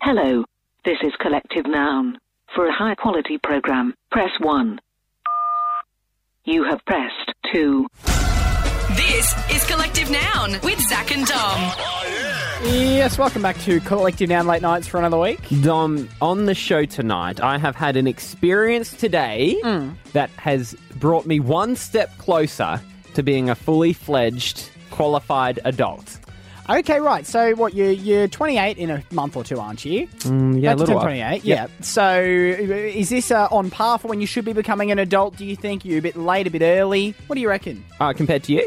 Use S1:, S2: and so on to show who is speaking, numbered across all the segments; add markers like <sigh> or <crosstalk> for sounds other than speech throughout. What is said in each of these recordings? S1: Hello. This is collective noun. For a high quality program, press 1. You have pressed 2.
S2: This is Collective Noun with Zach and Dom.
S3: Yes, welcome back to Collective Noun Late Nights for another week.
S4: Dom, on the show tonight, I have had an experience today that has brought me one step closer to being a fully fledged, qualified adult.
S3: Okay, right. So what you you're 28 in a month or two, aren't you?
S4: Mm, yeah,
S3: About to turn 28. Yeah. So uh, is this uh, on par for when you should be becoming an adult? Do you think you're a bit late, a bit early? What do you reckon? <laughs>
S4: Uh, compared to you?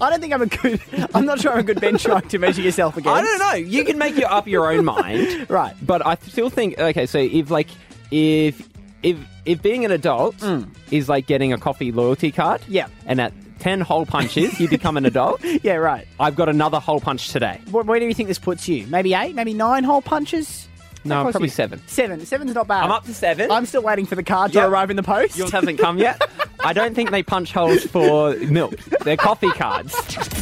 S3: I don't think I'm a good. <laughs> I'm not sure I'm a good
S4: <laughs>
S3: benchmark to measure yourself against.
S4: I don't know. You can make your, up your <laughs> own mind.
S3: Right.
S4: But I still think, okay, so if, like, if. If, if being an adult is like getting a coffee loyalty card,
S3: Yeah.
S4: and at 10 hole punches, you become an adult, <laughs>
S3: Yeah, right.
S4: I've got another hole punch today.
S3: Where, where do you think this puts you? Maybe eight, maybe nine hole punches.
S4: No,
S3: How close are
S4: probably
S3: you?
S4: seven.
S3: Seven. Seven's not bad.
S4: I'm up to seven.
S3: I'm still waiting for the card to
S4: Yep.
S3: arrive in the post. <laughs>
S4: Yours hasn't come yet. I don't think they punch holes for milk. They're coffee cards.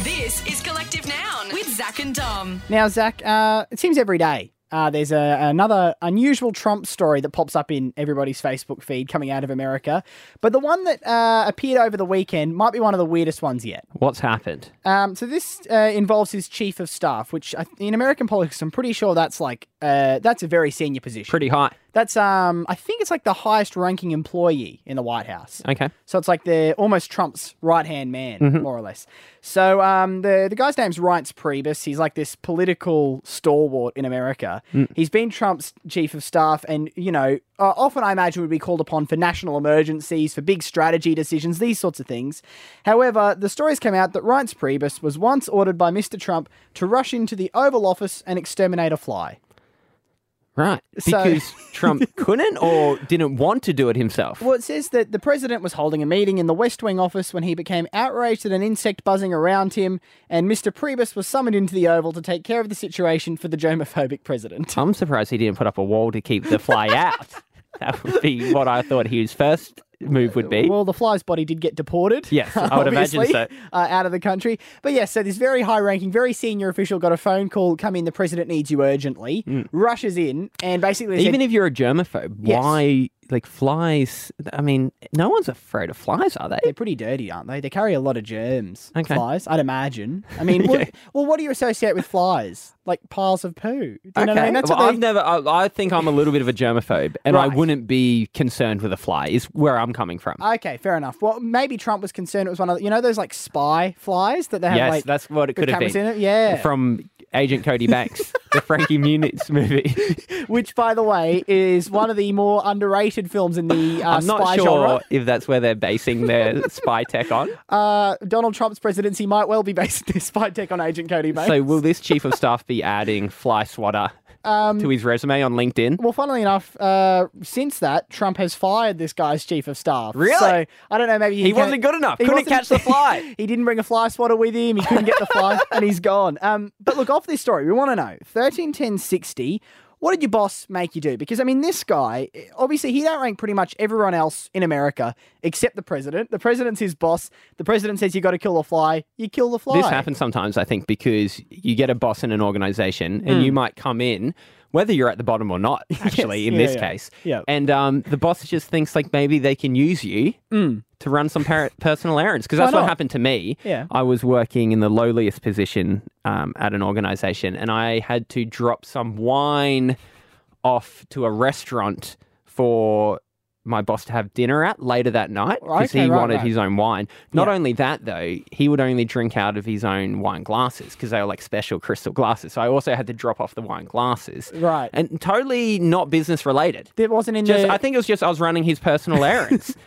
S2: This is Collective Noun with Zach and Dom.
S3: Now, Zach, uh, it seems every day uh, there's a, another unusual Trump story that pops up in everybody's Facebook feed coming out of America. But the one that uh, appeared over the weekend might be one of the weirdest ones yet.
S4: What's happened?
S3: Um, so this uh, involves his chief of staff, which I, in American politics, I'm pretty sure that's like uh, that's a very senior position.
S4: Pretty high.
S3: That's um, I think it's like the highest ranking employee in the White House.
S4: Okay.
S3: So it's like they're almost Trump's right hand man, more or less. So um, the the guy's name's Reince Priebus. He's like this political stalwart in America. He's been Trump's chief of staff, and you know, uh, often I imagine would be called upon for national emergencies, for big strategy decisions, these sorts of things. However, the stories come out that Reince Priebus was once ordered by Mr. Trump to rush into the Oval Office and exterminate a fly.
S4: Right.
S3: So-
S4: Because Trump couldn't or didn't want to do it himself.
S3: Well, it says that the president was holding a meeting in the West Wing office when he became outraged at an insect buzzing around him, and Mr. Priebus was summoned into the Oval to take care of the situation for the germophobic president.
S4: I'm surprised he didn't put up a wall to keep
S3: <laughs>
S4: the fly out. that would be what I thought his first move would be.
S3: Well, the fly's body did get deported.
S4: Yes,
S3: <laughs>
S4: I would imagine
S3: obviously,
S4: so.
S3: Uh, out of the country. But yes, so this very high ranking, very senior official got a phone call come in, the president needs you urgently, rushes in, and basically. said-
S4: Mm. Even if you're a germaphobe,
S3: Yes.
S4: why, like, flies? I mean, no one's afraid of flies, are they?
S3: They're pretty dirty, aren't they? They carry a lot of germs.
S4: Okay.
S3: Flies, I'd imagine. I mean,
S4: <laughs>
S3: what, well, what do you associate with flies? Like piles of poo. Do you know what I mean? That's
S4: well,
S3: what
S4: I've
S3: they-
S4: never. I, I think I'm a little bit of a germaphobe, and I
S3: Right.
S4: wouldn't be concerned with a fly. Is where I'm coming from.
S3: Okay, fair enough. Well, maybe Trump was concerned it was one of the- you know those like spy flies that they have
S4: yes,
S3: like
S4: that's what it
S3: with
S4: could have
S3: cameras
S4: been.
S3: in it? Yeah.
S4: From Agent Cody Banks, the
S3: <laughs>
S4: Frankie Muniz movie.
S3: which by the way is one of the more underrated films in the
S4: <laughs>
S3: uh,
S4: I'm not
S3: spy
S4: sure
S3: genre.
S4: if that's where they're basing their spy tech on.
S3: <laughs> Uh, Donald Trump's presidency might well be based <laughs> this spy tech on Agent Cody Banks.
S4: So, will this chief of staff be adding fly swatter
S3: Um,
S4: to his resume on LinkedIn?
S3: Well, funnily enough, uh, since that, Trump has fired this guy's chief of staff.
S4: Really?
S3: So I don't know. Maybe he,
S4: He
S3: kinda-
S4: wasn't good enough. Couldn't
S3: <laughs>
S4: catch the fly.
S3: he didn't bring a fly swatter with him. He couldn't get the
S4: <laughs>
S3: fly, and he's gone. Um, but look, off this story, we want to know thirteen ten sixty. What did your boss make you do? Because I mean, this guy obviously he outranked pretty much everyone else in America except the president. The president's his boss. The president says you got to kill the fly. You kill the fly.
S4: This happens sometimes, I think, because you get a boss in an organization
S3: Hmm.
S4: and you might come in, whether you're at the bottom or not, <laughs> actually, in
S3: yeah,
S4: this
S3: yeah.
S4: case.
S3: Yeah.
S4: And um, the boss just thinks like maybe they can use you to run some par- personal errands. Because
S3: Hmm. Why
S4: that's what
S3: not?
S4: happened to me.
S3: Yeah.
S4: I was working in the lowliest position um, at an organization and I had to drop some wine off to a restaurant for my boss to have dinner at later that night because
S3: Okay,
S4: he
S3: right,
S4: wanted
S3: right.
S4: his own wine. Not
S3: Yeah.
S4: only that, though, he would only drink out of his own wine glasses because they were like special crystal glasses. So I also had to drop off the wine glasses.
S3: Right.
S4: And totally not business related.
S3: There wasn't in
S4: Just,
S3: the.
S4: I think it was just I was running his
S3: <laughs>
S4: personal errands,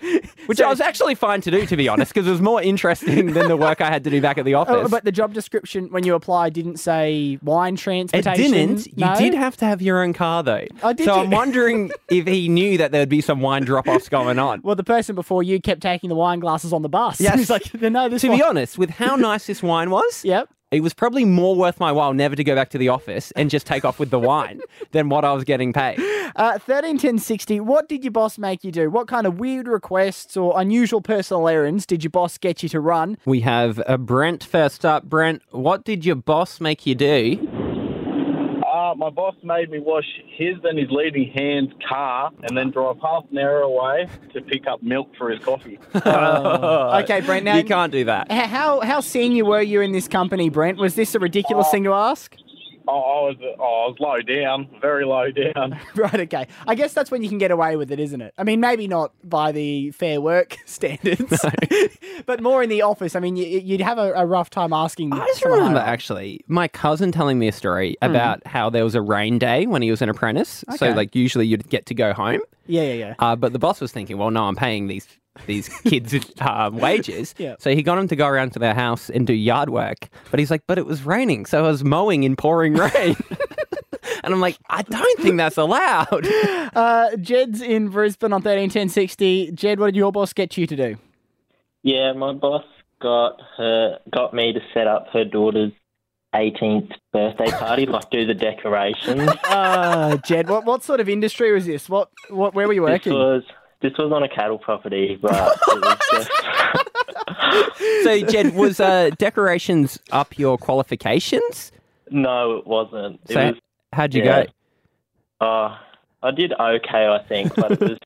S4: which I was actually fine to do, to be honest, because it was more interesting than the work I had to do back at the office.
S3: Oh, but the job description when you applied didn't say wine
S4: It
S3: transportation.
S4: didn't. You
S3: No?
S4: did have to have your own car, though.
S3: Oh, did
S4: so
S3: you?
S4: I'm wondering if he knew that there'd be some wine drop-offs going on.
S3: <laughs> Well, the person before you kept taking the wine glasses on the bus. <laughs>
S4: Yes.
S3: He's like, no, this
S4: to
S3: one.
S4: be honest, with how nice this wine was,
S3: Yep.
S4: it was probably more worth my while never to go back to the office and just take off with the <laughs> wine than what I was getting paid.
S3: Uh, 13, 10, 60, what did your boss make you do? What kind of weird requests or unusual personal errands did your boss get you to run?
S4: We have uh, Brent first up. Brent, what did your boss make you do?
S5: Uh, my boss made me wash his and his leading hand's car and then drive half an hour away to pick up milk for his
S6: <laughs>
S5: coffee.
S3: okay, Brent. Now
S4: Uh, you can't do that.
S3: h- How how senior were you in this company, Brent? Was this a
S4: Uh,
S3: ridiculous thing to ask?
S5: I, I was oh, I was low down, very low down.
S3: <laughs> Right, okay. I guess that's when you can get away with it, isn't it? I mean, maybe not by the fair work <laughs> standards, <laughs> but more in the office. I mean, you, you'd have a, a rough time asking.
S4: I just
S3: someone
S4: remember
S3: higher up.
S4: actually my cousin telling me a story about how there was a rain day when he was an apprentice. So
S3: Okay.
S4: like usually you'd get to go home,
S3: Yeah, yeah, yeah.
S4: uh, but the boss was thinking, well, no, I'm paying these
S3: <laughs>
S4: these kids um, wages.
S3: Yeah.
S4: So he got them to go around to their house and do yard work. But he's like, but it was raining, so I was mowing
S3: <laughs>
S4: in pouring rain. <laughs> and I'm like, I don't think
S3: <laughs>
S4: that's allowed.
S3: Uh, Jed's in Brisbane on thirteen ten sixty. Jed, what did your boss get you to do?
S7: Yeah, my boss got her got me to set up her daughter's 18th birthday party, like do the
S4: <laughs>
S7: decorations.
S3: Uh, <laughs> Jed, what what sort of industry was this? What what where were you
S7: this
S3: working?
S7: was this was on a cattle property, but it
S4: <laughs>
S7: was just <laughs>
S4: so Jed, was uh, decorations up your qualifications?
S7: no, it wasn't. It
S4: So
S7: was
S4: how'd you
S7: yeah.
S4: go?
S7: uh I did okay, I think, but
S4: <laughs>
S7: it was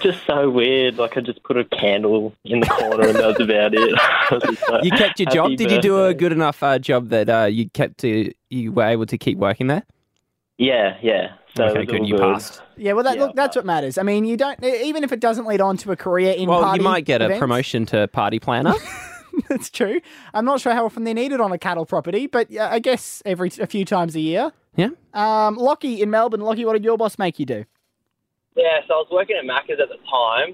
S7: just so weird. Like I just put a candle in the corner, and that was about it. <laughs> I was just like,
S4: You kept your job.
S7: <laughs> "Happy
S4: Did you do a
S7: birthday."
S4: good enough uh, job that uh, you kept to you were able to keep working there?
S7: Yeah, yeah. So
S4: okay,
S7: it was
S4: good.
S7: all
S4: You passed.
S3: yeah, well, that,
S7: yeah,
S3: look, that's what matters. I mean, you don't e, even if it doesn't lead on to a career in.
S4: Well,
S3: party
S4: you might get a
S3: events.
S4: promotion to party planner.
S3: <laughs> That's true. I'm not sure how often they're needed on a cattle property, but yeah, I guess every a few times a year.
S4: yeah.
S3: Um, Lockie in Melbourne. Lockie, what did your boss make you do?
S8: Yeah, so I was working at Macca's at the time.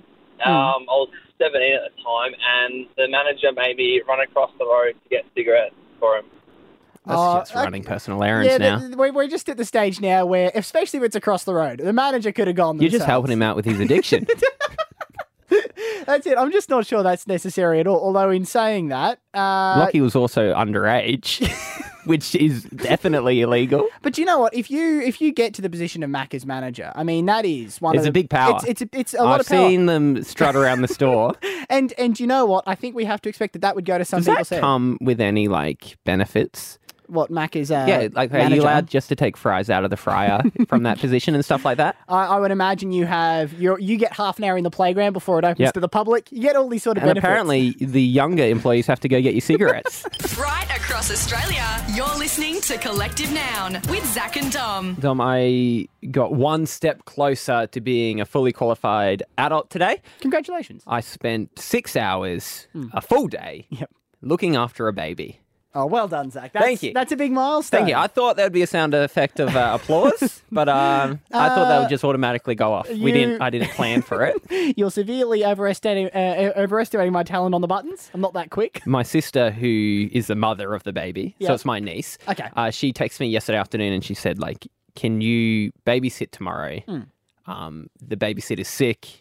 S8: Um, I was 17 at the time, and the manager made me run across the road to get cigarettes for him.
S4: That's
S3: Uh,
S4: just
S3: okay.
S4: running personal errands
S3: Yeah,
S4: now.
S3: the- we- we're just at the stage now where, especially if it's across the road, the manager could have gone.
S4: You're just helping him out with his <laughs> addiction.
S3: <laughs> That's it. I'm just not sure that's necessary at all. Although in saying that, uh,
S4: Lockie was also underage, <laughs> which is definitely illegal.
S3: But you know what? If you if you get to the position of Mac as manager, I mean that is one.
S4: It's
S3: of
S4: a
S3: the-
S4: big power.
S3: It's it's, it's a lot
S4: I've
S3: of power.
S4: seen them strut around the <laughs> store.
S3: And and you know what? I think we have to expect that that would go to some
S4: Does
S3: people's
S4: that
S3: head.
S4: come with any like benefits?
S3: What Mac is? Uh,
S4: yeah, like are you
S3: manager.
S4: allowed just to take fries out of the <laughs> fryer from that position and stuff like <laughs> that?
S3: I, I would imagine you have you you get half an hour in the playground before it opens
S4: Yep.
S3: to the public. You get all these sort of
S4: And
S3: benefits.
S4: apparently, the younger employees have to go get your cigarettes.
S2: Right across Australia, you're listening to Collective Noun with Zach and Dom.
S4: <laughs> Dom, I got one step closer to being a fully qualified adult today.
S3: congratulations.
S4: I spent six hours, a full day,
S3: Yep.
S4: looking after a baby.
S3: Oh, well done, Zach. That's,
S4: Thank you.
S3: That's a big milestone.
S4: Thank you. I thought there'd be a sound effect of
S3: <laughs>
S4: uh, applause, but um, I thought that
S3: Uh,
S4: would just automatically go off.
S3: you-
S4: We didn't. I didn't plan
S3: <laughs>
S4: for it.
S3: You're severely overestimating, uh, overestimating my talent on the buttons. I'm not that quick.
S4: my sister, who is the mother of the baby,
S3: Yeah.
S4: so it's my niece.
S3: Okay.
S4: Uh, she texted me yesterday afternoon and she said, like, can you babysit tomorrow?
S3: Hmm.
S4: Um, the babysitter's sick.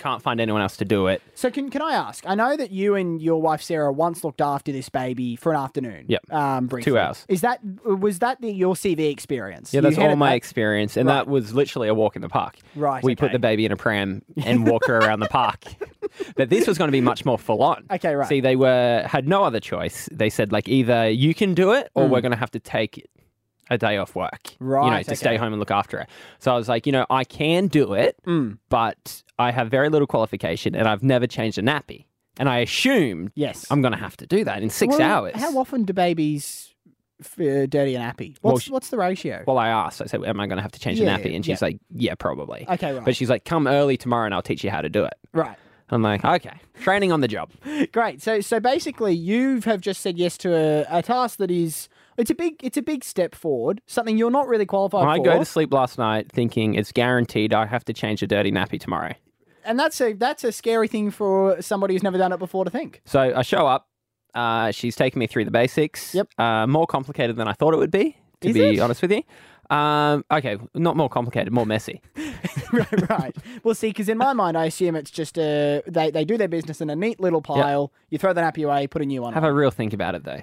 S4: Can't find anyone else to do it.
S3: So can can I ask? I know that you and your wife Sarah once looked after this baby for an afternoon.
S4: Yep.
S3: Um, briefly.
S4: hours.
S3: Is that was that the, your CV experience?
S4: Yeah,
S3: You
S4: that's all
S3: headed
S4: my
S3: that-
S4: experience. And that was literally a walk in the park.
S3: Right,
S4: We put
S3: okay.
S4: the baby in a pram and walked her around the
S3: <laughs>
S4: park. But this was going to be much more full on.
S3: Okay, right.
S4: See, they were had no other choice. They said like either you can do it or we're going to have to take a day off work. You know,
S3: Hmm. Right,
S4: to stay
S3: okay.
S4: home and look after her. So I was like, you know, I can do it,
S3: Hmm.
S4: but I have very little qualification and I've never changed a nappy. And I assumed
S3: Yes.
S4: I'm going to have to do that in 6
S3: Well,
S4: hours.
S3: How often do babies f- uh, dirty and happy?
S4: Well,
S3: What's
S4: she-
S3: what's the ratio?
S4: Well, I asked. I said, "Am I going to have to change
S3: Yeah,
S4: the nappy?" And she's like, "Yeah, probably."
S3: Okay, right.
S4: But she's like, "Come early tomorrow, and I'll teach you how to do it."
S3: right.
S4: I'm like, "Okay, training on the job."
S3: Great. So so basically, you have just said yes to a, a task that is it's a big it's a big step forward. Something you're not really qualified
S4: I
S3: for.
S4: go to sleep last night thinking it's guaranteed I have to change a dirty nappy tomorrow.
S3: and that's a that's a scary thing for somebody who's never done it before to
S4: <laughs>
S3: think. <laughs>
S4: So I show up. Uh, she's taking me through the basics.
S3: Yep.
S4: Uh, more complicated than I thought it would be, to
S3: Is
S4: be
S3: it?
S4: honest with you. Um, okay, not more complicated, more messy.
S3: right, right. Well, see, because in my mind, I assume it's just uh, they they do their business in a neat little pile. You throw the nappy away, put a new one.
S4: Have
S3: on.
S4: a real think about it though.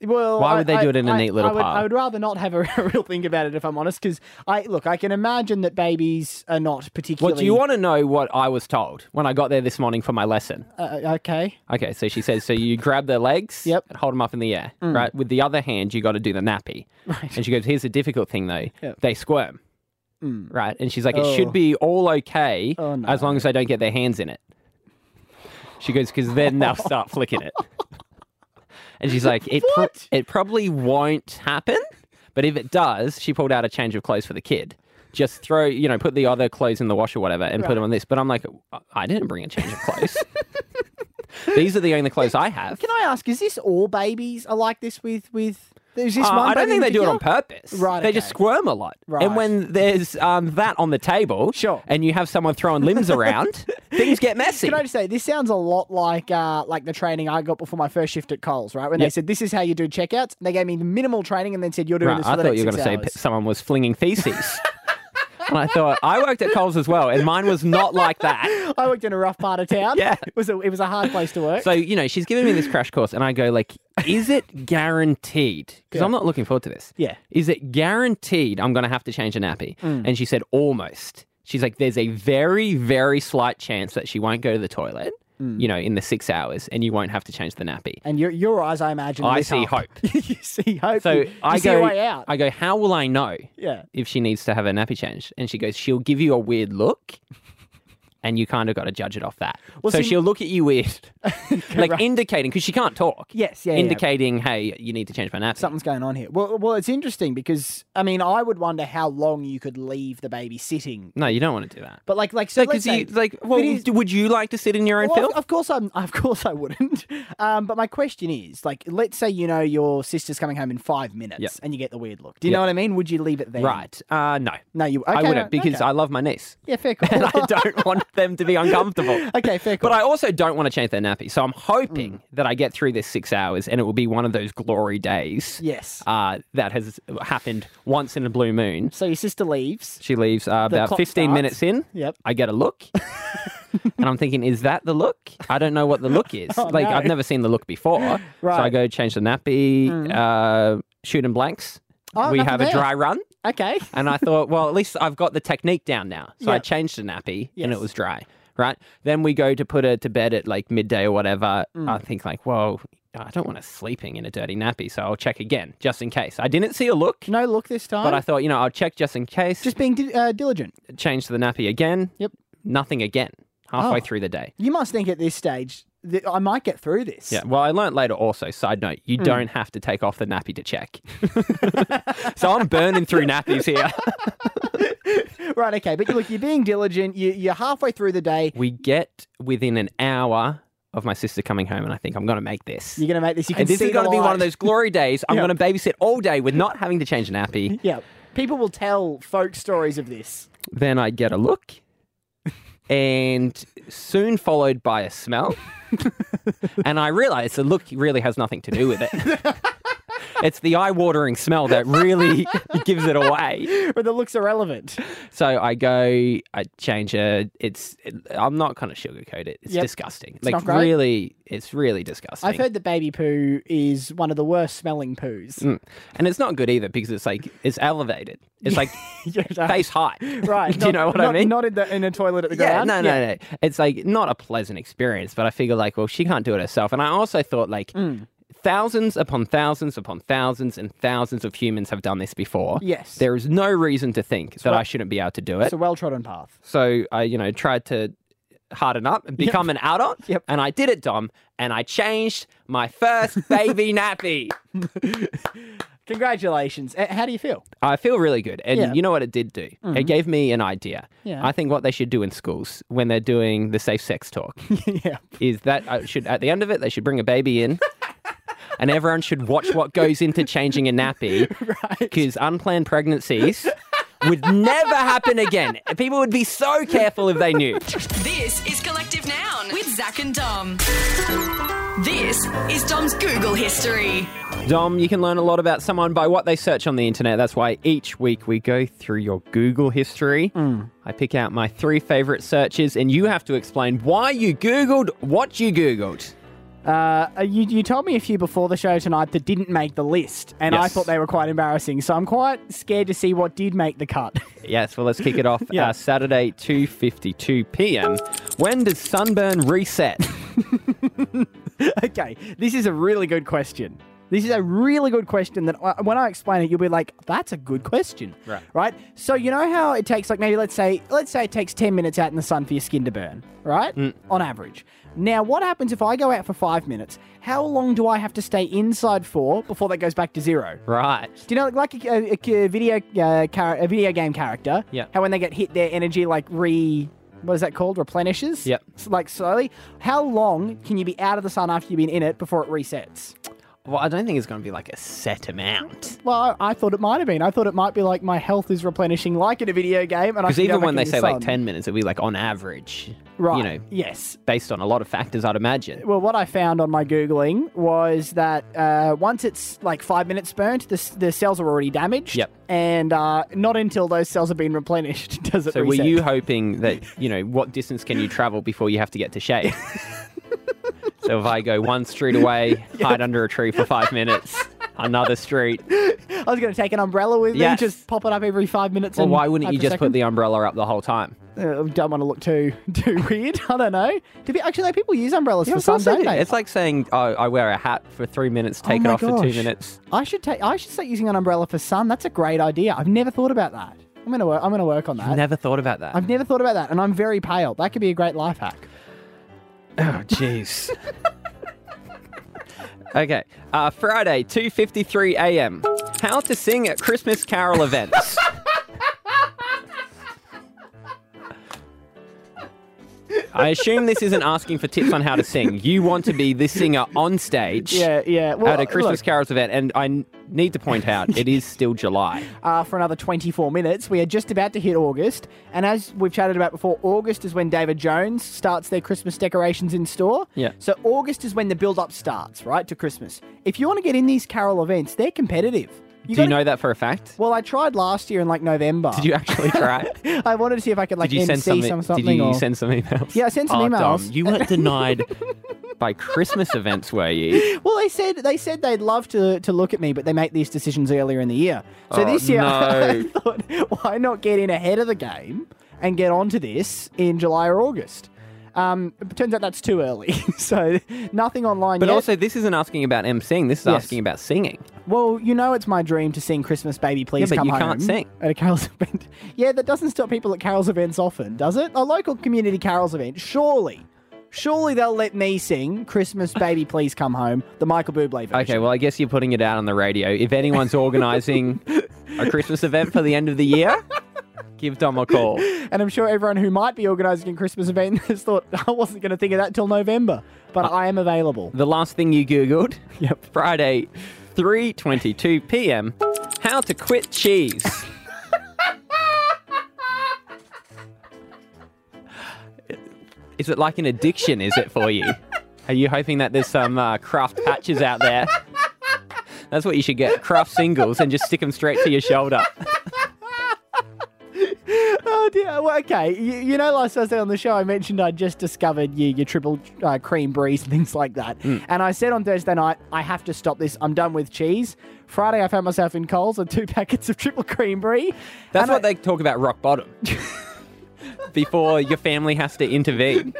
S3: Well,
S4: Why would they
S3: I-
S4: do it in a
S3: I-
S4: neat little
S3: I would,
S4: park?
S3: I would rather not have a <laughs> real think about it if I'm honest, because I look, I can imagine that babies are not particularly.
S4: Well, do you want to know what I was told when I got there this morning for my lesson?
S3: Uh, okay.
S4: Okay, so she says, so you grab their legs
S3: Yep. Mm.
S4: and hold them up in the air, right? With the other hand, you got to do the nappy. Right. And she goes, here's the difficult thing though,
S3: Yep.
S4: they squirm, right? And she's like, it
S3: Oh.
S4: should be all okay
S3: Oh, no.
S4: as long as they don't get their hands in it. She goes, because then
S3: <laughs>
S4: they'll start flicking it. And she's like, it, pro-
S3: What?
S4: it probably won't happen, but if it does, she pulled out a change of clothes for the kid. Just throw, you know, put the other clothes in the wash or whatever and put them on this. But I'm like, I- I didn't bring a change of clothes.
S3: <laughs>
S4: These are the only clothes I have.
S3: Can I ask? Is this all babies are like this with with? Is this
S4: Uh,
S3: one
S4: I don't
S3: baby in
S4: think they do it on
S3: particular?
S4: purpose.
S3: Right,
S4: They just
S3: okay.
S4: squirm a lot.
S3: Right.
S4: And when there's um, that on the table,
S3: Sure.
S4: and you have someone throwing
S3: <laughs>
S4: limbs around, things get messy.
S3: Can I just say this sounds a lot like uh, like the training I got before my first shift at Coles, right? When they
S4: Yep.
S3: said this is how you do checkouts, and they gave me minimal training and then said you're doing
S4: Right,
S3: this for
S4: I
S3: the
S4: thought
S3: next
S4: you were
S3: six
S4: going to say p-
S3: hours."
S4: someone was
S3: <laughs>
S4: flinging feces. and I thought, I worked at Coles as well, and mine was not like
S3: <laughs>
S4: that.
S3: I worked in a rough part
S4: <laughs>
S3: of town.
S4: Yeah.
S3: it was a, it was a hard place to work.
S4: So, you know, she's giving me this crash course, and I go, like, is it guaranteed? Because
S3: Yeah.
S4: I'm not looking forward to this.
S3: Yeah. Mm.
S4: Is it guaranteed I'm going to have to change a nappy? And she said, almost. She's like, there's a very, very slight chance that she won't go to the toilet, you know, in the six hours, and you won't have to change the nappy.
S3: Mm. and your your eyes, I imagine.
S4: I
S3: lit
S4: see
S3: up.
S4: hope.
S3: <laughs> you see hope.
S4: So
S3: you, you
S4: I
S3: see
S4: go,
S3: a way out.
S4: I go, how will I know
S3: yeah.
S4: if she needs to have her nappy changed? And she goes, she'll give you a weird look, and you kind of got to judge it off that.
S3: Well,
S4: so
S3: see-
S4: she'll look at you weird,
S3: <laughs>
S4: like
S3: right.
S4: indicating because she can't talk.
S3: Yes, yeah, yeah.
S4: indicating, hey, you need to change my nappy.
S3: Something's going on here. Well, well, it's interesting because I mean, I would wonder how long you could leave the baby sitting.
S4: No, you don't want to do that.
S3: But like, like, so let's
S4: Because
S3: say,
S4: you like, well,
S3: But is-
S4: would you like to sit in your own
S3: Well,
S4: film?
S3: of, of course, I'm. <laughs> Of course, I wouldn't. Um, but my question is, like, let's say you know your sister's coming home in five minutes,
S4: Yep.
S3: and you get the weird look. Do you know
S4: Yep.
S3: what I mean? Would you leave it there?
S4: Right? Uh, no,
S3: No, you. Okay,
S4: I
S3: no,
S4: wouldn't because
S3: okay.
S4: I love my
S3: <laughs>
S4: niece, <laughs>
S3: Yeah, fair call.
S4: and I don't want them to be uncomfortable.
S3: <laughs> okay, Mm. fair call.
S4: <laughs> But I also don't want to change their nappy. So I'm hoping that I get through this six hours and it will be one of those glory days. <laughs>
S3: yes.
S4: Uh, that has happened once in a blue moon.
S3: so your sister leaves.
S4: She leaves uh,
S3: The
S4: about
S3: clock
S4: 15
S3: starts.
S4: minutes in.
S3: Yep.
S4: I get a
S3: <laughs>
S4: look. and I'm thinking, is that the look? I don't know what the
S3: <laughs>
S4: look is. like,
S3: Oh, no.
S4: I've never seen the look before. So I
S3: Right. Mm.
S4: go change the nappy, uh, shoot in blanks.
S3: Oh,
S4: we
S3: nothing
S4: have a
S3: there.
S4: dry run. <laughs>
S3: Okay.
S4: And I thought, well, at least I've got the technique down now. So I
S3: Yep.
S4: changed the nappy and it
S3: Yes.
S4: was dry, right? Then we go to put her to bed at like midday or whatever.
S3: Mm.
S4: I think, like, well, I don't want her sleeping in a dirty nappy. So I'll check again just in case. I didn't see a look,
S3: No look this time.
S4: but I thought, you know, I'll check just in case.
S3: just being di- uh, diligent.
S4: change the nappy again.
S3: Yep.
S4: Nothing again halfway
S3: Oh.
S4: through the day.
S3: You must think at this stage that I might get through this.
S4: Yeah. Well, I learnt later also, side note,
S3: Hmm.
S4: you don't have to take off the nappy
S3: <laughs>
S4: to check. so I'm burning through nappies here.
S3: <laughs> Right. Okay. But you- look, you're being diligent. You, you're halfway through the day.
S4: We get within an hour of my sister coming home, and I think I'm going to make this.
S3: You're gonna make this. You can
S4: And this
S3: see
S4: is
S3: the
S4: going to be one
S3: light.
S4: of those glory days. I'm
S3: Yeah.
S4: going to babysit all day with not having to change a nappy.
S3: Yeah. People will tell folk stories of this.
S4: Then I get a look, and soon followed by
S3: <laughs>
S4: a smell. and I realize the look really has nothing to do with it. <laughs> it's the eye watering smell that really <laughs> gives it away.
S3: But the looks are relevant.
S4: So I go, I change it. It's, I'm not going to sugarcoat it. It's
S3: Yep.
S4: disgusting. like,
S3: not great.
S4: really, it's really disgusting.
S3: I've heard that baby poo is one of the worst smelling poos. <laughs>
S4: Mm. And it's not good either because it's like, it's elevated. It's like
S3: Yeah, no.
S4: face high.
S3: <laughs> Right.
S4: <laughs> Do
S3: not-
S4: you know what I
S3: not-
S4: mean?
S3: Not in, the, in a toilet at the
S4: yeah,
S3: ground.
S4: no, no, no. It's like not a pleasant experience, but I figure like, well, she can't do it herself. And I also thought like
S3: Mm.
S4: thousands upon thousands upon thousands and thousands of humans have done this before.
S3: Yes.
S4: There is no reason to think that
S3: right.
S4: I shouldn't be able to do it.
S3: It's a well trodden path.
S4: So I, you know, tried to harden
S3: <laughs>
S4: up and become an adult.
S3: Yep.
S4: And I did it, Dom. And I changed my
S3: <laughs>
S4: first baby nappy.
S3: Congratulations. Uh, How do you <laughs> feel?
S4: I feel really good. And
S3: Yeah. Mm-hmm.
S4: you know what it did do? It gave me an idea.
S3: Yeah.
S4: I think what they should do in schools when they're doing the safe sex talk
S3: <laughs> yeah.
S4: is that I should at the end of it they should bring a
S3: <laughs>
S4: baby in. And everyone should watch what goes into changing
S3: <laughs>
S4: a nappy
S3: Uh,
S4: because unplanned pregnancies would never happen again. People would be so careful if they knew.
S2: This is Collective Noun with Zach and Dom. This is Dom's Google history.
S4: Dom, you can learn a lot about someone by what they search on the internet. That's why each week we go through your Google history.
S3: Hmm.
S4: I pick out my three favorite searches, and you have to explain why you Googled what you Googled.
S3: Uh, you, you told me a few before the show tonight that didn't make the list, and I
S4: Yes.
S3: thought they were quite embarrassing. So I'm quite scared to see what did make the cut. <laughs>
S4: Yes, well, let's kick it off.
S3: Yeah.
S4: uh, Saturday, 2.52 p.m. When does sunburn reset? <laughs>
S3: <laughs> okay, this is a really good question. This is a really good question that I, when I explain it, you'll be like, "That's a good question."
S4: Right.
S3: Right. So you know how it takes, like maybe let's say, let's say it takes ten minutes out in the sun for your skin to burn, right? On average. Now, what happens if I go out for five minutes? How long do I have to stay inside for before that goes back to zero?
S4: right.
S3: Do you know, like a, a- a video uh, char- a video game character?
S4: Yeah.
S3: How when they get hit, their energy like re what is that called? Replenishes.
S4: Yep.
S3: S- like slowly. How long can you be out of the sun after you've been in it before it resets?
S4: Well, I don't think it's going to be like a set amount.
S3: Well, I, I thought it might have been. I thought it might be like my health is replenishing, like in a video game, and I
S4: Because
S3: can go
S4: even
S3: back
S4: when they
S3: in the
S4: say like
S3: sun.
S4: 10 minutes, it'd be like on average.
S3: right?
S4: You know,
S3: yes.
S4: based on a lot of factors, I'd imagine.
S3: Well, what I found on my googling was that uh, once it's like five minutes burnt, the, s- the cells are already damaged.
S4: Yep.
S3: And uh, not until those cells have been replenished <laughs> does it
S4: So
S3: reset.
S4: were you hoping that, you know, what distance can you travel before you have to get
S3: <laughs>
S4: to shade? so if I go one
S3: <laughs>
S4: street away, hide under a tree for five minutes, another street.
S3: I was going to take an umbrella with
S4: Yes.
S3: me, just pop it up every five minutes.
S4: Well,
S3: and
S4: why wouldn't
S3: hope for
S4: you
S3: a
S4: just put
S3: second.
S4: the umbrella up the whole time?
S3: Uh, don't want to look too <laughs> too weird. I don't know. Do pe- actually, though, people use umbrellas for sun, don't they?
S4: It's like saying, oh, I wear a hat for three minutes,
S3: Oh
S4: take it
S3: my
S4: off for two
S3: gosh.
S4: minutes.
S3: I should take. I should start using an umbrella for sun. That's a great idea. I've never thought about that. I'm gonna work. I'm gonna work on that.
S4: I've never thought about that.
S3: I've never thought about that, and I'm very pale. That could be a great life hack.
S4: Oh, jeez. okay. Uh, Friday, 2.53 a.m. How to sing at Christmas carol events. I assume this isn't asking for tips on how to sing. You want to be this singer on stage
S3: Yeah, yeah. Well,
S4: at a Christmas
S3: look,
S4: carols event, and I n- need to point out it is still
S3: <laughs>
S4: July.
S3: uh, for another 24 minutes. We are just about to hit August. And as we've chatted about before, August is when David Jones starts their Christmas decorations in store.
S4: Yeah.
S3: So August is when the build up starts, right, to Christmas. If you want to get in these carol events, they're competitive.
S4: Do you
S3: gotta-
S4: know that for a fact?
S3: Well, I tried last year in like November.
S4: Did you actually try?
S3: <laughs> I wanted to see if I could like
S4: Did you send
S3: MC
S4: some?
S3: some
S4: did
S3: something.
S4: you
S3: or...
S4: send some emails?
S3: Yeah, I sent some
S4: Oh,
S3: emails.
S4: Dom, you weren't
S7: <laughs>
S4: denied by Christmas events, were you?
S3: Well, they said they said they'd love to, to look at me, but they make these decisions earlier in the year. So
S4: Oh,
S3: this year, <laughs> I
S4: no.
S3: thought, why not get in ahead of the game and get onto this in July or August? Um, it turns out that's too early, <laughs> so nothing online
S4: But
S3: yet.
S4: also, this isn't asking about emceeing. This is
S3: Yes.
S4: asking about singing.
S3: well, you know, it's my dream to sing "Christmas Baby, Please
S4: but
S3: Come
S4: you
S3: Home"
S4: can't sing.
S3: at a carols <laughs> event. yeah, that doesn't stop people at carols events often, does it? A local community carols event, surely. Surely they'll let me sing "Christmas Baby, Please Come Home," the Michael Bublé version.
S4: Okay, well, I guess you're putting it out on the radio. If <laughs> anyone's organising a Christmas event for the end of the year, give Dom a call.
S3: And I'm sure everyone who might be organising a Christmas event <laughs> has thought, I wasn't going to think of that till November, but I am
S4: <laughs>
S3: available.
S4: The last thing you googled.
S3: <laughs> Yep.
S4: Friday, 3:22 p.m. How to
S3: <laughs>
S4: quit cheese. is it like an addiction? Is it for you? Are you hoping that there's some uh, craft patches out there? That's what you should get: craft singles, and just stick them straight to your shoulder.
S3: Oh, dear. Well, okay. You, you know, last Thursday on the show, I mentioned I just discovered your, your triple uh, cream breeze and <laughs> things like that.
S4: Mm.
S3: And I said on Thursday night, I have to stop this. I'm done with cheese. Friday, I found myself in Coles with two <laughs> packets of triple cream brie.
S4: That's
S3: And
S4: what
S3: I-
S4: they talk about
S3: <laughs>
S4: rock bottom. Before your family has to intervene.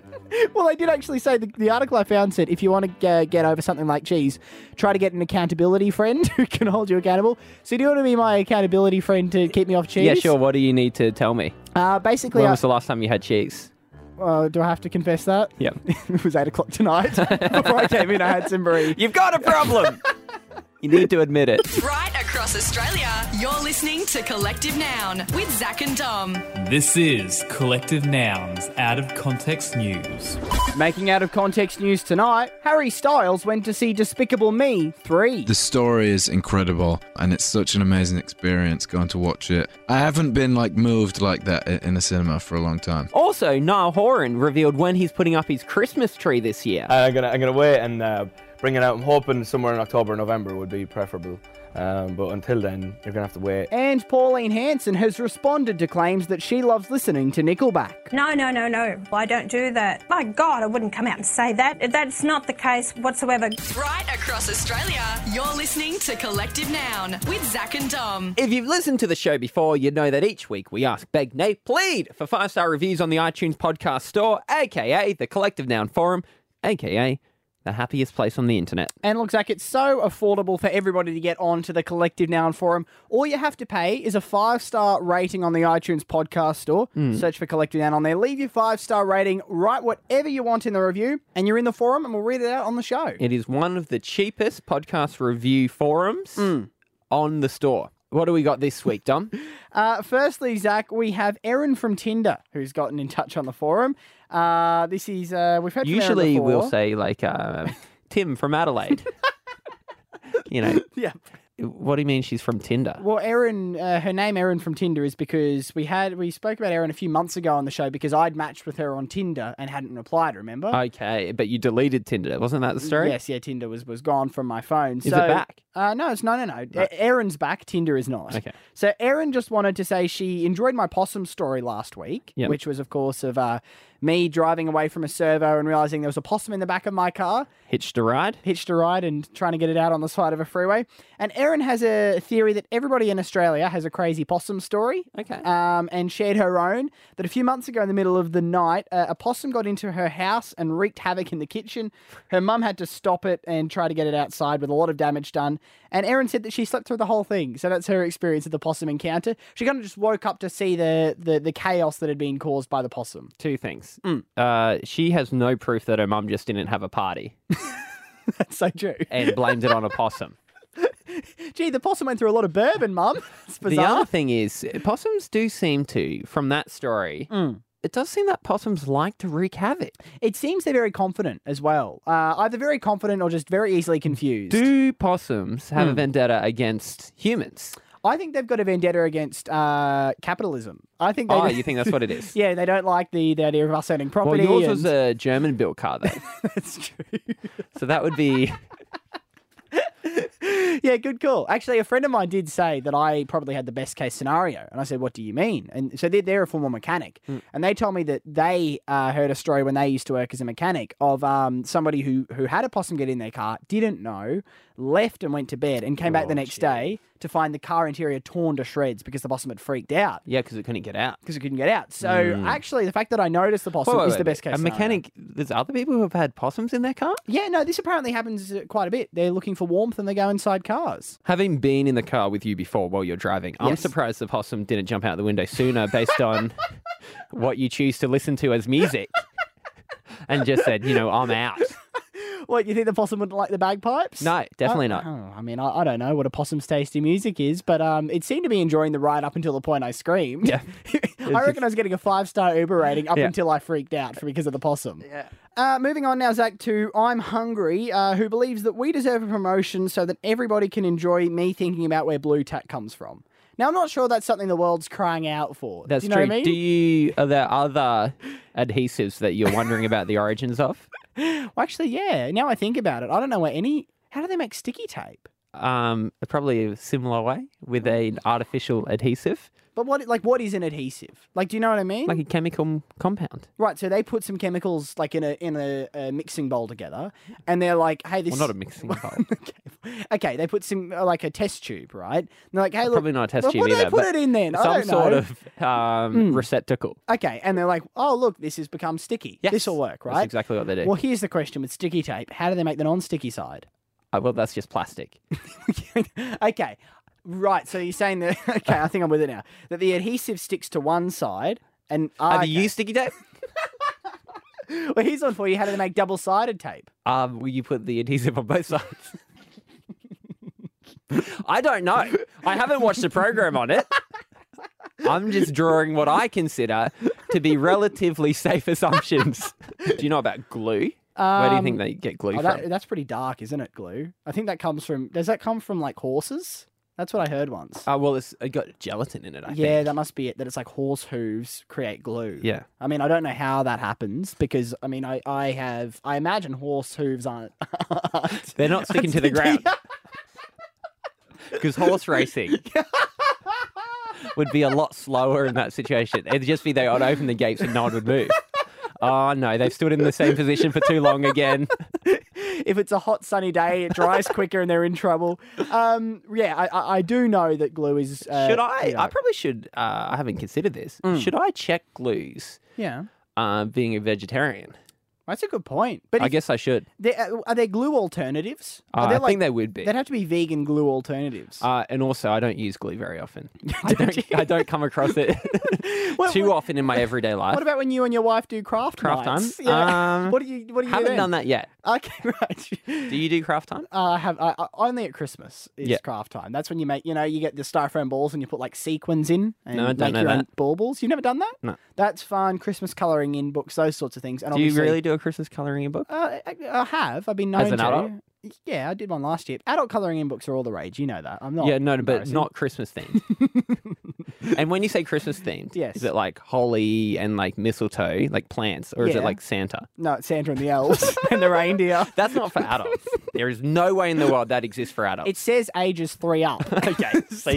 S3: Well, they did actually say the, the article I found said if you want to ge- get over something like cheese, try to get an accountability friend <laughs> who can hold you accountable. So, do you want to be my accountability friend to keep me off cheese?
S4: Yeah, sure. What do you need to tell me?
S3: Uh, basically,
S4: When
S3: I,
S4: was the last time you had cheese?
S3: uh, do I have to confess that?
S4: Yep.
S3: <laughs> it was eight o'clock tonight. <laughs> Before I came in, I had some brie.
S4: You've got a problem. <laughs> you need to admit it.
S2: Right across Australia, you're listening to Collective Noun with Zach and Dom.
S6: This is Collective Nouns Out of Context News.
S3: <laughs> Making out of context news tonight, Harry Styles went to see Despicable Me 3.
S9: The story is incredible, and it's such an amazing experience going to watch it. I haven't been like moved like that i- in a cinema for a long time.
S4: Also, Niall Horan revealed when he's putting up his Christmas tree this year.
S10: and I'm gonna I'm gonna wait and uh, bring it out. I'm hoping somewhere in October or November would be preferable. Um, but until then, you're going to have to wait.
S3: And Pauline Hanson has responded to claims that she loves listening to Nickelback.
S11: No, no, no, no. I don't do that. My God, I wouldn't come out and say that. That's not the case whatsoever.
S2: Right across Australia, you're listening to Collective Noun with Zach and Dom.
S4: If you've listened to the show before, you know that each week we ask Beg Nate Plead for five star reviews on the iTunes podcast store, aka the Collective Noun Forum, aka the happiest place on the internet.
S3: And look, Zach, it's so affordable for everybody to get onto the Collective Noun Forum. All you have to pay is a five star rating on the iTunes podcast store.
S4: Mm.
S3: Search for Collective Noun on there. Leave your five star rating, write whatever you want in the review, and you're in the forum, and we'll read it out on the show.
S4: It is one of the cheapest podcast review forums on the store. What do we got this week, <laughs> Dom?
S3: Uh, firstly, Zach, we have Erin from Tinder who's gotten in touch on the forum. Uh, this is uh, we've heard from Erin
S4: Usually we'll
S3: before.
S4: say, like, uh, Tim from <laughs> Adelaide. you know.
S3: Yeah.
S4: What do you mean she's from Tinder?
S3: Well, Erin, uh, her name Erin from Tinder is because we had we spoke about Erin a few months ago on the show because I'd matched with her on Tinder and hadn't replied. Remember?
S4: Oh, Okay, but you deleted Tinder. Wasn't that the story?
S3: Yes, yeah. Tinder was was gone from my phone.
S4: Is
S3: so,
S4: it back?
S3: Uh, no, it's no, no, no. E- Erin's back. Tinder is not.
S4: Okay.
S3: So Erin just wanted to say she enjoyed my possum story last week,
S4: Yep.
S3: which was of course of uh, me driving away from a servo and realizing there was a possum in the back of my car
S4: Hitched a ride?
S3: hitched a ride and trying to get it out on the side of a freeway. And Erin has a theory that everybody in Australia has a crazy possum story.
S4: Okay.
S3: Um, and shared her own that a few months ago in the middle of the night, uh, a possum got into her house and wreaked havoc in the kitchen. Her mum had to stop it and try to get it outside with a lot of damage done. And Erin said that she slept through the whole thing. So that's her experience of the possum encounter. She kind of just woke up to see the, the, the chaos that had been caused by the possum. <laughs>
S4: Two things.
S3: Mm.
S4: Uh, she has no proof that her mum just didn't have a party
S3: That's so true.
S4: and blamed it on a possum.
S3: <laughs> Gee, the possum went through a lot of bourbon, mum. <laughs> It's bizarre.
S4: The other thing is, possums do seem to, from that story,
S3: Mm.
S4: it does seem that possums like to wreak havoc.
S3: It seems they're very confident as well. Uh, either very confident or just very easily confused.
S4: Do possums
S3: Mm.
S4: have a vendetta against humans?
S3: I think they've got a vendetta against uh, capitalism. I think. They <laughs>
S4: Oh,
S3: do-
S4: you think that's what it is?
S3: yeah, they don't like the, the idea of us owning
S4: Well,
S3: property.
S4: yours was
S3: and-
S4: a German built car, though.
S3: <laughs> that's true.
S4: so that would be.
S3: yeah, good call. Actually, a friend of mine did say that I probably had the best case scenario, and I said, "What do you mean?" And so they're, they're a former mechanic,
S4: Hmm.
S3: and they told me that they uh, heard a story when they used to work as a mechanic of um, somebody who who had a possum get in their car, didn't know, left and went to bed, and came
S4: Oh,
S3: back the next day to find the car interior torn to shreds because the possum had freaked out
S4: Yeah, because it couldn't get out.
S3: because it couldn't get out. So
S4: Mm.
S3: actually, the fact that I noticed the possum
S4: Wait, wait,
S3: is the
S4: wait.
S3: best case.
S4: A
S3: scenario.
S4: mechanic. There's other people who have had possums in their car?
S3: Yeah, no, this apparently happens uh, quite a bit. They're looking for warmth and they go inside cars.
S4: Having been in the car with you before while you're driving, I'm
S3: Yes.
S4: surprised the possum didn't jump out the window sooner
S3: <laughs>
S4: based on what you choose to listen to as music and just said, you know, I'm out.
S3: What, you think the possum wouldn't like the bagpipes?
S4: No, definitely not.
S3: Oh, I mean, I, I don't know what a possum's tasty music is, but um, it seemed to be enjoying the ride up until the point <laughs> I screamed.
S4: Yeah.
S3: <laughs> I reckon I was getting a five star Uber rating up
S4: Yeah.
S3: until I freaked out for, because of the possum. Yeah. Uh, moving on now, Zach, to I'm Hungry, uh, who believes that we deserve a promotion so that everybody can enjoy me thinking about where blue tack comes from. Now, I'm not sure that's something the world's crying out for.
S4: That's
S3: Do you know
S4: true.
S3: What I mean?
S4: Do you are there other adhesives that you're wondering about the origins of?
S3: Well, actually, yeah. Now I think about it, I don't know where any. How do they make sticky tape?
S4: Um, probably a similar way with an artificial adhesive,
S3: But what, like, what is an adhesive? Like, do you know what I mean?
S4: like a chemical compound.
S3: right. So they put some chemicals like in a in a, a mixing bowl together, and they're like, hey, this.
S4: Well, not a mixing bowl.
S3: <laughs> okay. okay, they put some uh, like a test tube, right? And they're like, hey, look,
S4: Probably not a test
S3: well,
S4: tube
S3: What do
S4: either,
S3: they put
S4: but
S3: it in then? I
S4: Some
S3: don't
S4: sort
S3: know.
S4: of
S3: Hmm.
S4: um, receptacle.
S3: Okay, and they're like, oh look, this has become sticky.
S4: Yes,
S3: This will work, right?
S4: That's exactly what they do.
S3: Well, here's the question with sticky tape: How do they make the non-sticky side? <laughs>
S4: Uh, well, that's just plastic.
S3: okay. Right. So you're saying that, <laughs> okay, I think I'm with it now, that the adhesive sticks to one side and. ah,
S4: Have you
S3: okay.
S4: used sticky tape?
S3: <laughs> Well, here's one for you. How do they make double sided tape?
S4: Um, will you put the adhesive on both sides? I don't know. I haven't watched the program on it. I'm just drawing what I consider to be relatively safe assumptions. Do you know about glue? Where do you
S3: Um,
S4: think they get glue
S3: Oh,
S4: from?
S3: that, that's pretty dark, isn't it, glue? I think that comes from. Does that come from like horses? That's what I heard once.
S4: Uh, well, it's it got gelatin in it. I
S3: yeah,
S4: think.
S3: that must be it. That it's like horse hooves create glue.
S4: Yeah.
S3: I mean, I don't know how that happens because I mean, I, I have I imagine horse hooves aren't. <laughs>
S4: They're not sticking to the ground. <laughs> Because horse racing would be a lot slower in that situation. It'd just be they would open the gates and no one would <laughs> move. Oh no, they've stood in the same position for too long again.
S3: if it's a hot sunny day, it dries quicker and they're in trouble. Um, yeah, I, I, I do know that glue is. Uh,
S4: <laughs> Should I?
S3: you know-
S4: I probably should. Uh, I haven't considered this. Should I check glues?
S3: Yeah.
S4: Uh, being a vegetarian,
S3: That's a good point. But
S4: I
S3: if-
S4: guess I should.
S3: there, uh, are there glue alternatives? Are
S4: Uh,
S3: there,
S4: I think there would be.
S3: They'd have to be vegan glue alternatives.
S4: Uh, and also, I don't use glue very often. <laughs> I, don't, I don't come across <laughs> it too often in my everyday life.
S3: What about when you and your wife do craft
S4: Craft
S3: nights?
S4: time?
S3: Yeah.
S4: Um,
S3: <laughs> what do you What do you do
S4: haven't
S3: then?
S4: done that yet.
S3: Okay, <laughs> right.
S4: Do you do craft time?
S3: Uh, I have I, I, only at Christmas is
S4: Yeah.
S3: craft time. That's when you make you know you get the styrofoam balls and you put like sequins in and
S4: No, I don't
S3: make
S4: know
S3: your own
S4: that.
S3: baubles. You've never done that?
S4: No.
S3: That's fun. Christmas coloring in books, those sorts of things. And
S4: do you
S3: obviously-
S4: really do a Christmas coloring in book?
S3: Uh, I, I have. I've been known
S4: As an
S3: to.
S4: adult?
S3: Yeah, I did one last year. Adult coloring in books are all the rage. You know that. I'm not.
S4: yeah, no, but
S3: embarrassing.
S4: not Christmas
S3: <laughs>
S4: themed. and when you say Christmas themed,
S3: Yes.
S4: is it like holly and like mistletoe, like plants, or is
S3: Yeah.
S4: it like Santa?
S3: No, it's Sandra and the elves <laughs> and the reindeer.
S4: That's not for
S3: <laughs>
S4: adults. there is no way in the world that exists for adults.
S3: It says ages three up.
S4: okay, so
S3: So
S4: <laughs>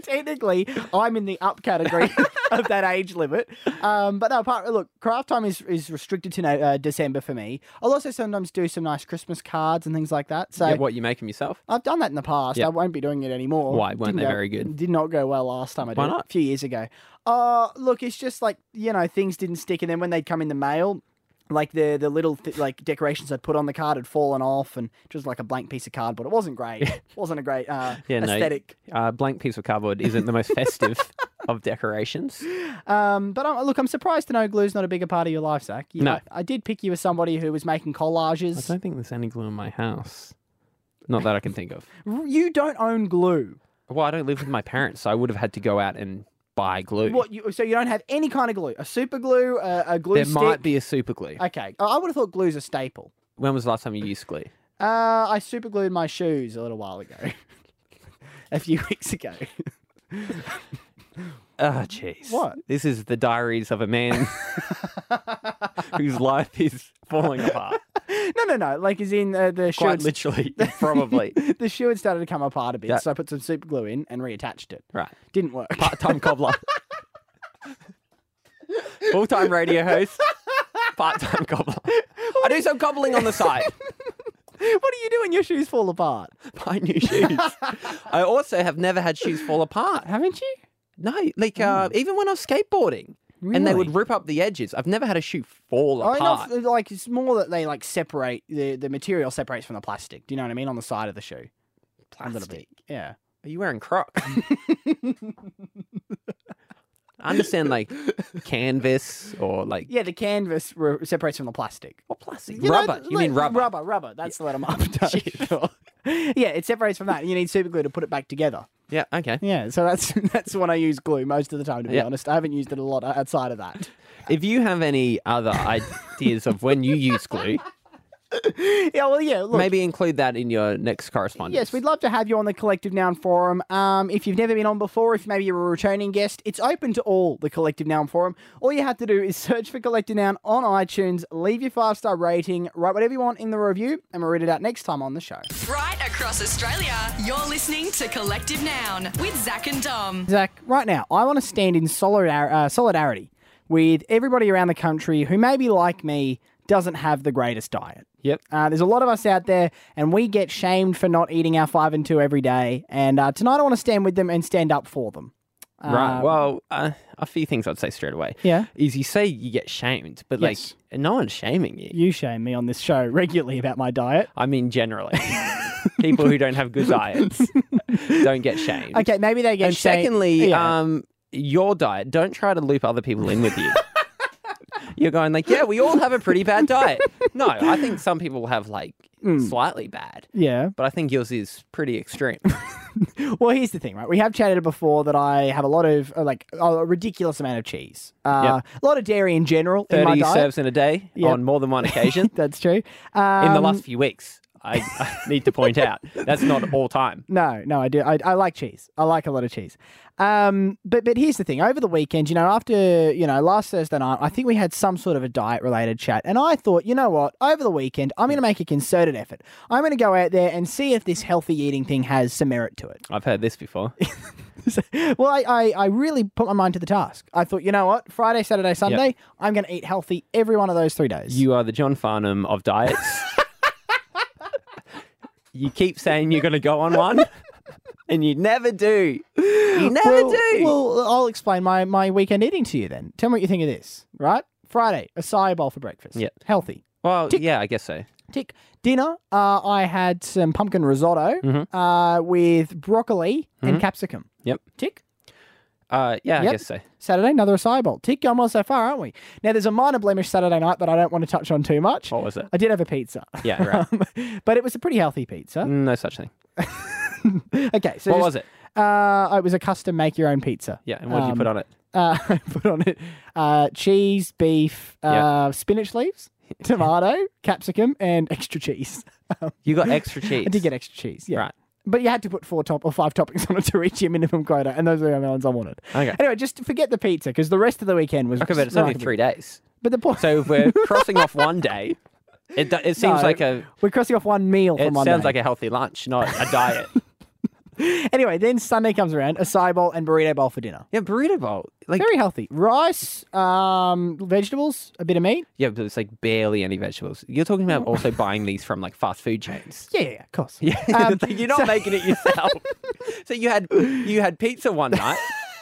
S3: <laughs> technically, I'm in the up
S4: <laughs>
S3: category of that age limit. Um, but no, apart look, craft time is, is restricted to no, uh, December for me. I'll also sometimes do some nice Christmas cards and things like that. So
S4: yeah, what you make them yourself?
S3: I've done that in the past.
S4: Yeah.
S3: I won't be doing it anymore.
S4: Why?
S3: Didn't
S4: Weren't they
S3: go-
S4: very good?
S3: Did not go well last time I did.
S4: Why
S3: it,
S4: not?
S3: A few years ago. Uh look, it's just like you know things didn't stick, and then when they'd come in the mail. Like the the little th- like decorations I'd put on the card had fallen off, and it was like a blank piece of cardboard. It wasn't
S4: <laughs>
S3: great. It wasn't a great uh,
S4: Yeah, no,
S3: aesthetic.
S4: Uh, blank piece of cardboard isn't the most
S3: <laughs>
S4: festive of decorations.
S3: Um, but i look, I'm surprised to know glue's not a bigger part of your life, Zach. You-
S4: No.
S3: I, I did pick you as somebody who was making
S4: I
S3: collages.
S4: don't think there's any glue in my house. Not that I can think of.
S3: R- You don't own glue.
S4: Well, I don't live with my parents, so I would have had to go out and buy glue.
S3: What? You, so you don't have any kind of glue? A super glue? A, a glue
S4: there
S3: stick?
S4: might be a super glue.
S3: Okay, I would have thought glue's a staple.
S4: When was the last time you used glue?
S3: Uh, I super glued my shoes a little while ago, <laughs> a few weeks ago. <laughs>
S4: Oh, jeez.
S3: What?
S4: This is the diaries of
S3: <laughs>
S4: a man whose life is
S3: <laughs>
S4: falling apart.
S3: no, no, no. Like, is in uh, the shoe.
S4: Quite
S3: had- <laughs>
S4: literally, probably.
S3: the shoe had started to come apart a bit,
S4: Yeah.
S3: so I put some super glue in and reattached it.
S4: Right.
S3: Didn't work.
S4: Part time cobbler. Full time radio host. Part time cobbler. I do some cobbling on
S3: <laughs>
S4: the side.
S3: <laughs> what do you do when your shoes fall apart?
S4: Buy new shoes. I also have never had shoes fall apart.
S3: Haven't you?
S4: No, like uh,
S3: Hmm.
S4: even when I was skateboarding. And they would rip up the edges. I've never had a shoe fall
S3: I mean,
S4: apart.
S3: not, like it's more that they like separate the the material separates from the plastic. Do you know what I mean on the side of the shoe? A little bit. Yeah.
S4: Are you wearing Crocs? I
S3: <laughs>
S4: understand like canvas or like
S3: Yeah, the canvas re- separates from the plastic.
S4: what plastic?
S3: You know,
S4: rubber. you mean
S3: like,
S4: rubber?
S3: Rubber, rubber. That's the what
S4: <laughs>
S3: I'm after. Sure. <laughs> yeah, it separates from that. You need super glue to put it back together.
S4: Yeah. Okay.
S3: Yeah, so that's <laughs> that's when I use glue most of the time. To be
S4: Yeah.
S3: honest, I haven't used it a lot outside of that. <laughs>
S4: If you have any other ideas of when you use glue,
S3: yeah, well, yeah. Look,
S4: maybe include that in your next correspondence.
S3: Yes, we'd love to have you on the Collective Noun Forum. Um, if you've never been on before, if maybe you're a returning guest, it's open to all the Collective Noun Forum. All you have to do is search for Collective Noun on iTunes, leave your five star rating, write whatever you want in the review, and we'll read it out next time on the show.
S2: Right across Australia, you're listening to Collective Noun with Zach and Dom.
S3: Zach, right now, I want to stand in solidar- uh, solidarity with everybody around the country who maybe, like me, doesn't have the greatest diet.
S4: Yep.
S3: Uh, there's a lot of us out there, and we get shamed for not eating our five and two every day. And uh, tonight, I want to stand with them and stand up for them.
S4: right.
S3: Uh,
S4: Well, uh, a few things I'd say straight away.
S3: Yeah.
S4: Is you say you get shamed, but
S3: Yes.
S4: like no one's shaming you.
S3: You shame me on this show <laughs> regularly about my diet.
S4: I
S3: <laughs>
S4: mean, generally, people who don't have good diets don't get shamed.
S3: Okay, maybe they get
S4: and
S3: shamed.
S4: secondly,
S3: Yeah.
S4: um, your diet. Don't try to loop other people
S3: <laughs>
S4: in with you. You're going like, yeah, we all have a pretty
S3: <laughs>
S4: bad diet. No, I think some people have like
S3: Hmm.
S4: slightly bad,
S3: yeah.
S4: but I think yours is pretty
S3: <laughs>
S4: extreme.
S3: Well, here's the thing, right? We have chatted before that I have a lot of, uh, like, a ridiculous amount of cheese. Uh, A lot of dairy in general in my <laughs>
S4: Thirty
S3: diet.
S4: serves in a day
S3: Yep.
S4: on more than one occasion
S3: That's true.
S4: in the
S3: Um,
S4: last few weeks. I, I need to point out. That's not all time.
S3: No, no, I do. I, I like cheese. I like a lot of cheese. Um, but but here's the thing. Over the weekend, you know, after you know last Thursday night, I think we had some sort of a diet related chat, and I thought, you know what? Over the weekend, I'm going to make a concerted effort. I'm going to go out there and see if this healthy eating thing has some merit to it.
S4: I've heard this before.
S3: well, I, I, I really put my mind to the task. I thought, you know what? Friday, Saturday, Sunday, I'm going to eat healthy every one of those three days.
S4: You are the John Farnham
S3: <laughs>
S4: of diets. you keep saying you're going to go on one, and you never do. You never
S3: well,
S4: do.
S3: Well, I'll explain my, my weekend eating to you then. Tell me what you think of this, right? Friday, acai bowl for breakfast.
S4: Yep.
S3: Healthy.
S4: Well, yeah, I guess so.
S3: Tick. Dinner, uh, I had some pumpkin risotto
S4: Mhm.
S3: uh, with broccoli and
S4: Mhm.
S3: capsicum.
S4: Yep.
S3: Tick.
S4: Uh, yeah, I
S3: Yep.
S4: guess so.
S3: Saturday, another acai bowl. Tick going well so far, aren't we? Now, there's a minor blemish Saturday night that I don't want to touch on too much. What
S4: was it?
S3: I did have a pizza.
S4: <laughs> Yeah,
S3: <laughs>
S4: right. Mm,
S3: Um, but it was a pretty healthy pizza.
S4: No such thing.
S3: Okay, so
S4: Mm. What
S3: just-
S4: was it?
S3: Uh, it was a custom make your own pizza.
S4: Yeah, and what did you put on it?
S3: Uh, <laughs> I put on it uh, cheese, beef, uh,
S4: Yeah.
S3: spinach
S4: <laughs>
S3: leaves, tomato, capsicum, and extra cheese. <laughs> Um,
S4: You got extra cheese.
S3: I did get extra cheese. Yeah.
S4: Right.
S3: But you had to put four top or five toppings on it to reach your minimum quota, and those are the only ones I wanted.
S4: Okay.
S3: Anyway, just forget the pizza because the rest of the weekend was.
S4: Okay, but it's only
S3: remarkable.
S4: three days.
S3: But the point.
S4: So if we're crossing off one day, it, do- it seems
S3: No,
S4: like a.
S3: <laughs> We're crossing off one meal
S4: It
S3: from one
S4: sounds
S3: day.
S4: like a healthy lunch, not a
S3: <laughs>
S4: diet.
S3: Anyway, then Sunday comes around, acai bowl and burrito bowl for dinner.
S4: Yeah, burrito bowl. Like
S3: very healthy. Rice, um, vegetables, a bit of meat.
S4: yeah, but it's like barely any vegetables. You're talking about also buying these from like fast food chains.
S3: Yeah, Um, yeah, yeah, of course.
S4: <laughs> Yeah, like, <laughs> you're not making
S3: <laughs>
S4: it yourself. so you had you had pizza one night,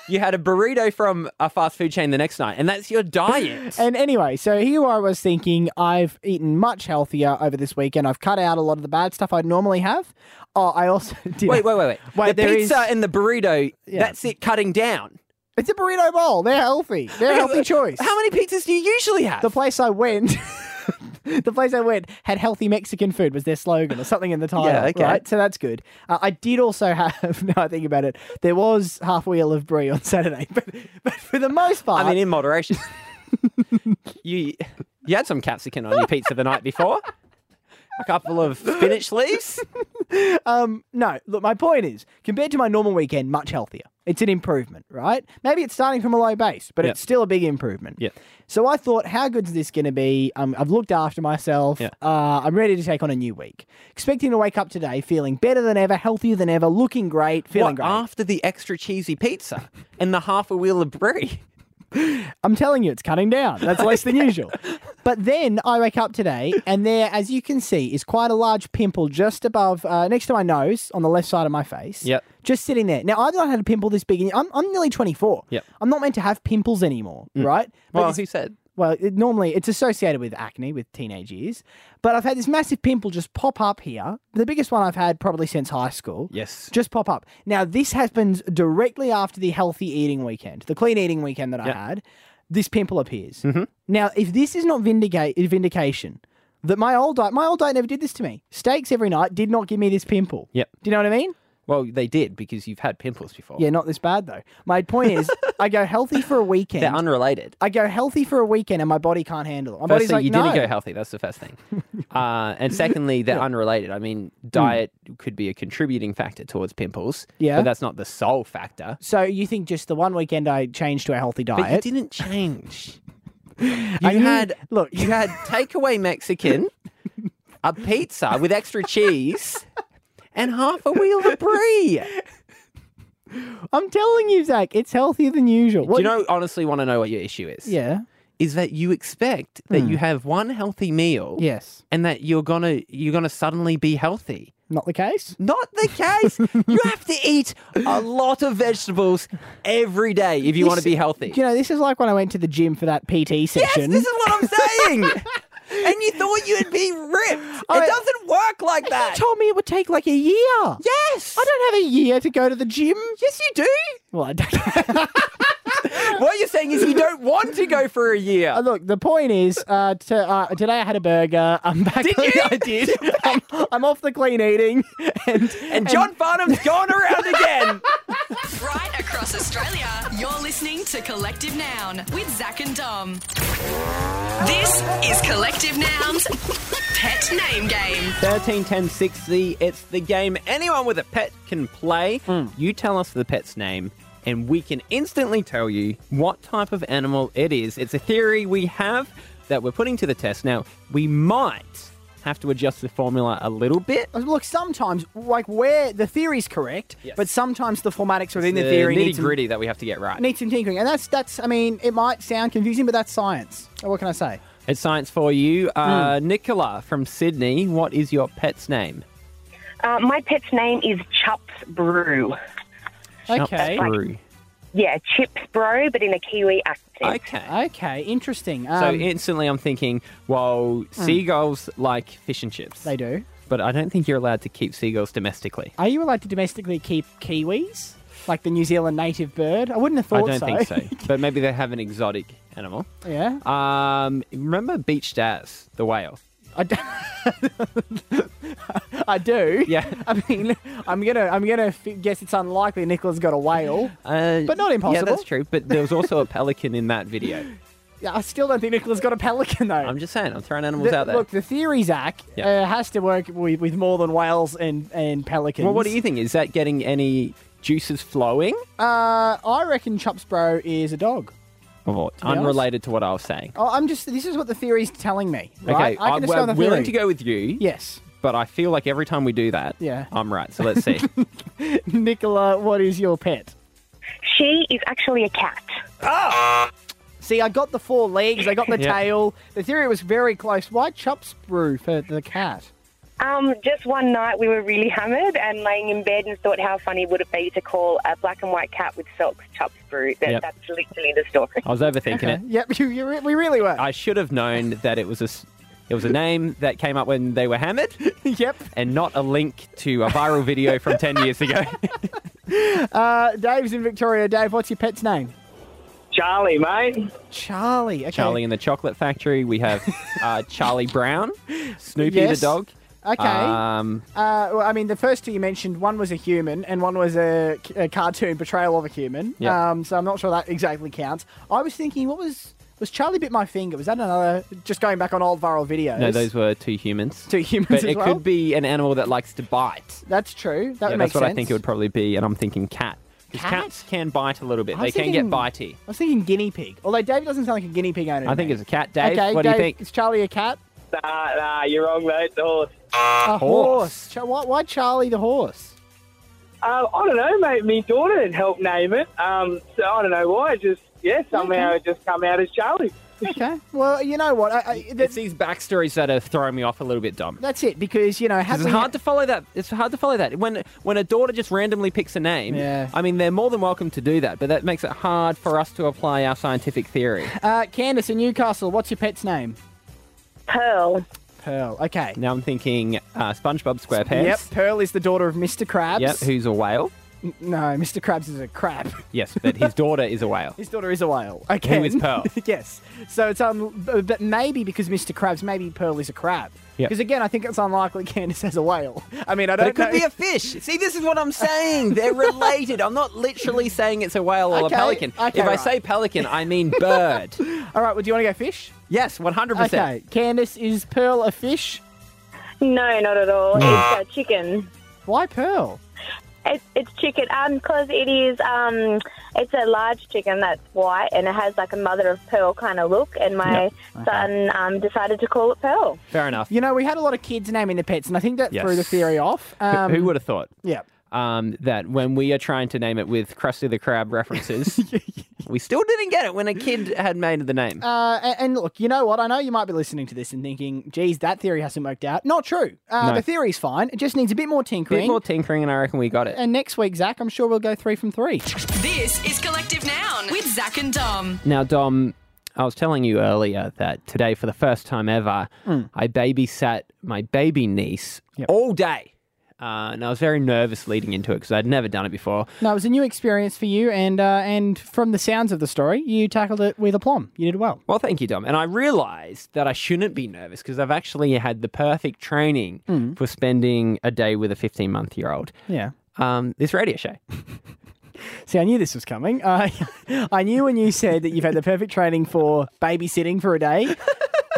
S4: you had a burrito from a fast food chain the next night, and that's your diet.
S3: And anyway, so here I was thinking I've eaten much healthier over this weekend. I've cut out a lot of the bad stuff I'd normally have. Oh, I also <laughs> did.
S4: Wait, wait, wait, wait.
S3: Wait,
S4: the
S3: there is-
S4: pizza and the burrito.
S3: Yeah.
S4: That's it. Cutting down.
S3: It's a burrito bowl. They're healthy. They're a healthy choice.
S4: How many pizzas do you usually have?
S3: The place I went. <laughs> The place I went had healthy Mexican food was their slogan or something in the title,
S4: Yeah, okay.
S3: right? So that's good. Uh, I did also have, <laughs> now I think about it, there was half wheel of brie on Saturday, <laughs> but, but for the most part,
S4: I mean,
S3: <laughs>
S4: in moderation. you you had some capsicum on your pizza the night before. A couple of spinach leaves.
S3: um, no, look, my point is, compared to my normal weekend, much healthier. It's an improvement, right? Maybe it's starting from a low base, but
S4: Yeah.
S3: it's still a big improvement.
S4: Yeah.
S3: So I thought, how good's this going to be? Um, I've looked after myself.
S4: Yeah.
S3: Uh, I'm ready to take on a new week. Expecting to wake up today feeling better than ever, healthier than ever, looking great, feeling
S4: What,
S3: great.
S4: after the extra cheesy pizza and the half a wheel of <laughs> brie?
S3: I'm telling you, it's cutting down. That's less than usual. But then I wake up today, and there, as you can see, is quite a large pimple just above, uh, next to my nose, on the left side of my face.
S4: Yep.
S3: Just sitting there. Now, I've not had a pimple this big. In, I'm, I'm nearly 24.
S4: Yep. Mm.
S3: I'm not meant to have pimples anymore, right?
S4: Well,
S3: it's-
S4: who said?
S3: Well, it, normally it's associated with acne with teenage years. But I've had this massive pimple just pop up here. The biggest one I've had probably since high school.
S4: Yes.
S3: Just pop up. Now, this happens directly after the healthy eating weekend, the clean eating weekend that
S4: Yeah.
S3: I had. This pimple appears.
S4: Mm-hmm.
S3: Now, if this is not vindicate, vindication, that my old diet, my old diet never did this to me. Steaks every night did not give me this pimple.
S4: Yep.
S3: Do you know what I mean?
S4: Well, they did because you've had pimples before.
S3: Yeah, not this bad though. My point
S4: <laughs>
S3: is, I go healthy for a weekend.
S4: They're unrelated.
S3: I go healthy for a weekend, and my body can't handle it. My body's
S4: Firstly,
S3: like,
S4: you
S3: no.
S4: didn't go healthy. That's the first <laughs> thing. Uh, and secondly, they're unrelated. I mean, diet could be a contributing factor towards pimples.
S3: Yeah.
S4: But that's not the sole factor.
S3: So you think just the one weekend I changed to a healthy diet?
S4: But you didn't change. <laughs> you
S3: I knew-
S4: had
S3: look.
S4: <laughs> you had takeaway Mexican, a pizza with extra cheese, and half a wheel of brie.
S3: <laughs> I'm telling you, Zach, it's healthier than usual. What-
S4: Do you know? Honestly, want to know what your issue is?
S3: Yeah. Hmm.
S4: Is that you expect that you have one healthy meal?
S3: Yes.
S4: And that you're gonna you're gonna suddenly be healthy.
S3: Not the case.
S4: Not
S3: <laughs>
S4: the case. you have to eat a lot of vegetables every day if you want to
S3: This-
S4: be healthy.
S3: Do you know, this is like when I went to the gym for that PT session.
S4: Yes, this is what
S3: <laughs>
S4: I'm saying. and you thought you'd be ripped.
S3: I-
S4: it doesn't work like that.
S3: You told me it would take like a year.
S4: yes.
S3: I don't have a year to go to the gym.
S4: Yes, you do.
S3: Well, I don't. <laughs>
S4: What you said
S12: saying is you don't want to go for a
S3: <laughs>
S12: year.
S3: Uh, look, the point is, uh, to, uh, today I had a burger. I'm back. Did you? I did.
S4: <laughs>
S3: I'm, I'm off the clean eating, <laughs> and
S12: and John Farnham's gone around again.
S2: Right across Australia, you're listening to Collective Noun with Zach and Dom. This is Collective Noun's Pet Name Game.
S4: 13 10 60 it's the game anyone with a pet can play
S3: Hmm.
S4: you tell us the pet's name and we can instantly tell you what type of animal it is it's a theory we have that we're putting to the test now we might have to adjust the formula a little bit
S3: Look, sometimes, like where the theory's correct, but sometimes the formatics within the,
S4: the
S3: theory need
S4: nitty
S3: some,
S4: gritty that we have to get right
S3: need some tinkering, and that's that's. I mean, it might sound confusing, but that's science. What can I say?
S4: it's science for you uh,
S3: Hmm.
S4: nicola from sydney what is your pet's name
S13: Uh, my pet's name is Chups Brew.
S3: Okay.
S4: Brew.
S13: Yeah, Chips Bro, but in a Kiwi accent.
S4: Okay.
S3: Okay. Interesting.
S4: so
S3: Um, hmm.
S4: instantly i'm thinking well seagulls like fish and chips
S3: they do
S4: but i don't think you're allowed to keep seagulls domestically
S3: Are you allowed to domestically keep kiwis, like the New Zealand native bird? I wouldn't have
S4: I
S3: thought
S4: don't
S3: so.
S4: think so. But maybe they have an exotic animal.
S3: <laughs> yeah.
S4: Um, remember Beach Daz, the whale?
S3: I do. <laughs> I do. <laughs>
S4: Yeah.
S3: I mean, I'm gonna, I'm gonna f- guess it's unlikely Nicola's got a whale,
S4: Uh,
S3: but not
S4: Yeah,
S3: impossible.
S4: that's true. But there was also a pelican in that video.
S3: Yeah, I still don't think Nicola's got a pelican though.
S4: I'm just saying, I'm throwing animals
S3: The-
S4: out there.
S3: Look, the theory, Zach,
S4: Yeah.
S3: uh, has to work with, with more than whales and and pelicans.
S4: well, what do you think? Is that getting any juices flowing?
S3: Uh, I reckon Chups Bro is a dog.
S4: Or
S3: To be honest.
S4: unrelated to what I was saying?
S3: Oh, I'm just. This is what the theory's telling me. Right?
S4: Okay, I
S3: just go on
S4: am
S3: the theory.
S4: willing to go with you.
S3: Yes. <laughs>
S4: But I feel like every time we do that,
S3: Yeah.
S4: I'm right.
S3: <laughs>
S4: So let's see.
S3: Nicola, what is your pet?
S13: She is actually a cat.
S3: Oh! See, I got the four legs, I got
S4: <laughs>
S3: the
S13: Yeah.
S3: tail. The theory was very close. Why Chups brew for the cat?
S13: Um, just one night we were really hammered and laying in bed and thought how funny would it be to call a black and white cat with socks Chups Brew. That,
S4: Yep.
S13: That's literally the story.
S4: I was overthinking it.
S3: Yep, <laughs> you, you re- we really were.
S4: I should have known that it was a s- it was a name that came up when they were hammered.
S3: <laughs> yep.
S4: And not a link to a viral video from ten years
S3: <laughs>
S4: ago.
S3: Uh, Dave's in Victoria. Dave, what's your pet's name?
S14: Charlie, mate.
S3: Charlie. Okay.
S4: Charlie in the Chocolate Factory. We have uh, Charlie Brown, Snoopy
S3: Yes.
S4: the dog.
S3: Okay.
S4: Um,
S3: Uh, well, I mean, the first two you mentioned, one was a human and one was a, a cartoon portrayal of a human.
S4: Yep.
S3: Um, so I'm not sure that exactly counts. I was thinking, what was was Charlie bit my finger? Was that another? Just going back on old viral videos.
S4: no, those were two humans.
S3: <laughs> Two humans
S4: But
S3: as
S4: it
S3: well?
S4: could be an animal that likes to bite.
S3: That's true. That
S4: yeah,
S3: would
S4: that's
S3: makes
S4: what
S3: sense.
S4: I think it would probably be, and I'm thinking cat. 'Cause
S3: Cat?
S4: Cats can bite a little bit.
S3: I
S4: They
S3: was
S4: can get
S3: thinking-
S4: bitey.
S3: I was thinking guinea pig. Although Dave doesn't sound like a guinea pig owner.
S4: I think it's a cat. Dave,
S3: okay,
S4: what
S3: Dave,
S4: do you think?
S3: Is Charlie a cat?
S14: Nah, nah, you're wrong, mate. The horse.
S3: A horse. Cha- Why, why Charlie the horse?
S14: Um, I don't know, mate. Me daughter had helped name it. Um, so I don't know why. It just yeah, somehow it just come out as Charlie.
S3: Okay. Well, you know what? I, I,
S14: <laughs>
S4: It's these backstories that are throwing me off a little bit, Dom.
S3: that's it because you know
S4: 'Cause
S3: having
S4: it's hard to follow that. It's hard to follow that when when a daughter just randomly picks a name.
S3: Yeah.
S4: I mean, they're more than welcome to do that, but that makes it hard for us to apply our scientific theory.
S3: Uh, Candace in Newcastle. What's your pet's name?
S13: Pearl.
S3: Pearl. Okay.
S4: Now I'm thinking uh, SpongeBob SquarePants.
S3: Yep. Pearl is the daughter of Mr. Krabs.
S4: Yep, Who's a whale?
S3: N- No, Mr. Krabs is a crab. <laughs>
S4: Yes, but his daughter is a <laughs> whale.
S3: His daughter is a whale. Okay.
S4: Who is Pearl?
S3: <laughs> yes. So it's um, b- but maybe because Mr. Krabs, maybe Pearl is a crab.
S4: Yep.
S3: Because again, I think it's unlikely <laughs> Candace has a whale. I mean, I
S4: But
S3: don't.
S4: it could
S3: know.
S4: be a fish. See, this is what I'm saying. <laughs> They're related. I'm not literally saying it's a whale or
S3: Okay,
S4: a pelican.
S3: okay,
S4: if I
S3: right.
S4: say pelican, I mean <laughs> bird.
S3: <laughs> All right. Well, do you want to go fish?
S4: yes, 100%.
S3: Okay. Candace, is Pearl a fish?
S15: No, not at all. It's uh, chicken.
S3: Why Pearl?
S15: It, it's chicken because it is. Um, it's a large chicken that's white and it has like a mother of pearl kind of look. And my
S3: Okay.
S15: son um, decided to call it Pearl.
S4: Fair enough.
S3: You know, we had a lot of kids naming their pets, and I think that
S4: Yes.
S3: threw the theory off. Um,
S4: Who- who, would have thought?
S3: Yeah.
S4: Um, that when we are trying to name it with Krusty the Crab references, we still didn't get it when a kid had made the name.
S3: Uh, a- and, look, you know what? I know you might be listening to this and thinking, geez, that theory hasn't worked out. Not true. Uh,
S4: No.
S3: The theory's fine. It just needs a bit more tinkering.
S4: bit more tinkering, and I reckon we got it.
S3: and next week, Zach, I'm sure we'll go three from three. <laughs>
S2: This is Collective Noun with Zach and Dom.
S4: Now, Dom, I was telling you earlier that today, for the first time ever,
S2: Mm.
S4: I babysat my baby niece all day. Uh, and I was very nervous leading into it because I'd never done it before.
S3: No, it was a new experience for you, and uh, and from the sounds of the story, you tackled it with aplomb. You did well.
S4: Well, thank you, Dom. And I realized that I shouldn't be nervous because I've actually had the perfect training
S3: Mm.
S4: for spending a day with a 15 month year old.
S3: Yeah.
S4: Um, this radio show.
S3: See, I knew this was coming. <laughs> Uh, I knew when you said that you've had the perfect training for babysitting for a
S4: <laughs>
S3: day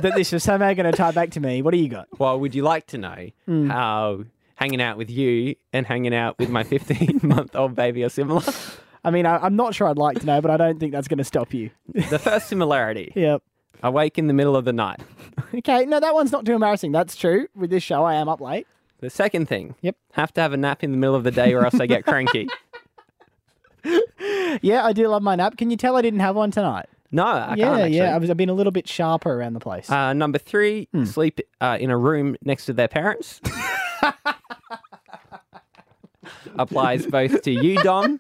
S3: that this was somehow going to tie back to me. What do you got?
S4: Well, would you like to know
S3: Mm.
S4: how hanging out with you and hanging out with my 15 month old baby are similar?
S3: I mean, I, I'm not sure I'd like to know, but I don't think that's going to stop you.
S4: The first similarity.
S3: <laughs> Yep.
S4: Awake in the middle of the night.
S3: Okay, no, that one's not too embarrassing. That's true. With this show, I am up late.
S4: The second thing.
S3: Yep.
S4: Have to have a nap in the middle of the day or else I get
S3: <laughs>
S4: cranky.
S3: Yeah, I do love my nap. Can you tell I didn't have one tonight?
S4: No, I
S3: yeah,
S4: can't actually.
S3: yeah. I was, I've been a little bit sharper around the place.
S4: Uh, number three,
S3: Hmm.
S4: sleep uh, in a room next to
S3: <laughs>
S4: their parents. Applies both to you, Dom,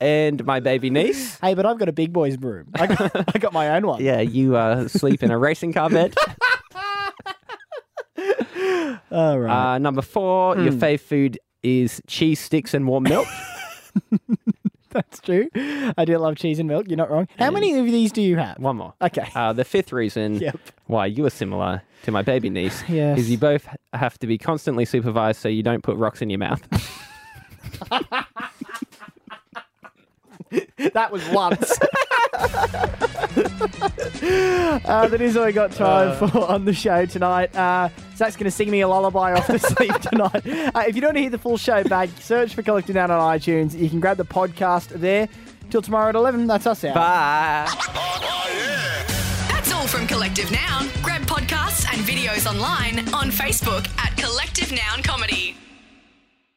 S4: and my baby niece.
S3: Hey, but I've got a big boy's room. I got,
S4: <laughs>
S3: I got my own one.
S4: Yeah, you uh, sleep in a racing car bed.
S3: All
S4: right. Uh, number four, your
S3: Hmm.
S4: fave food is cheese sticks and warm
S3: <laughs>
S4: milk.
S3: That's true. I do love cheese and milk. You're not wrong. How many of these do you have?
S4: One more.
S3: Okay.
S4: Uh, the fifth reason
S3: Yep.
S4: why you are similar to my baby niece
S3: <laughs> Yes.
S4: is you both have to be constantly supervised so you don't put rocks in your mouth.
S3: that was
S4: <laughs>
S3: once. <laughs> uh, that is all I got time
S12: Uh.
S3: for on the show tonight. Uh, Zach's going to sing me a lullaby
S4: <laughs>
S3: off to sleep tonight. Uh, if you don't hear the full show back, search for Collective Down on iTunes. You can grab the podcast there. Till tomorrow at 11, that's us out.
S4: Bye.
S2: That's all from Collective Noun. Grab podcasts and videos online on Facebook at Collective Noun Comedy.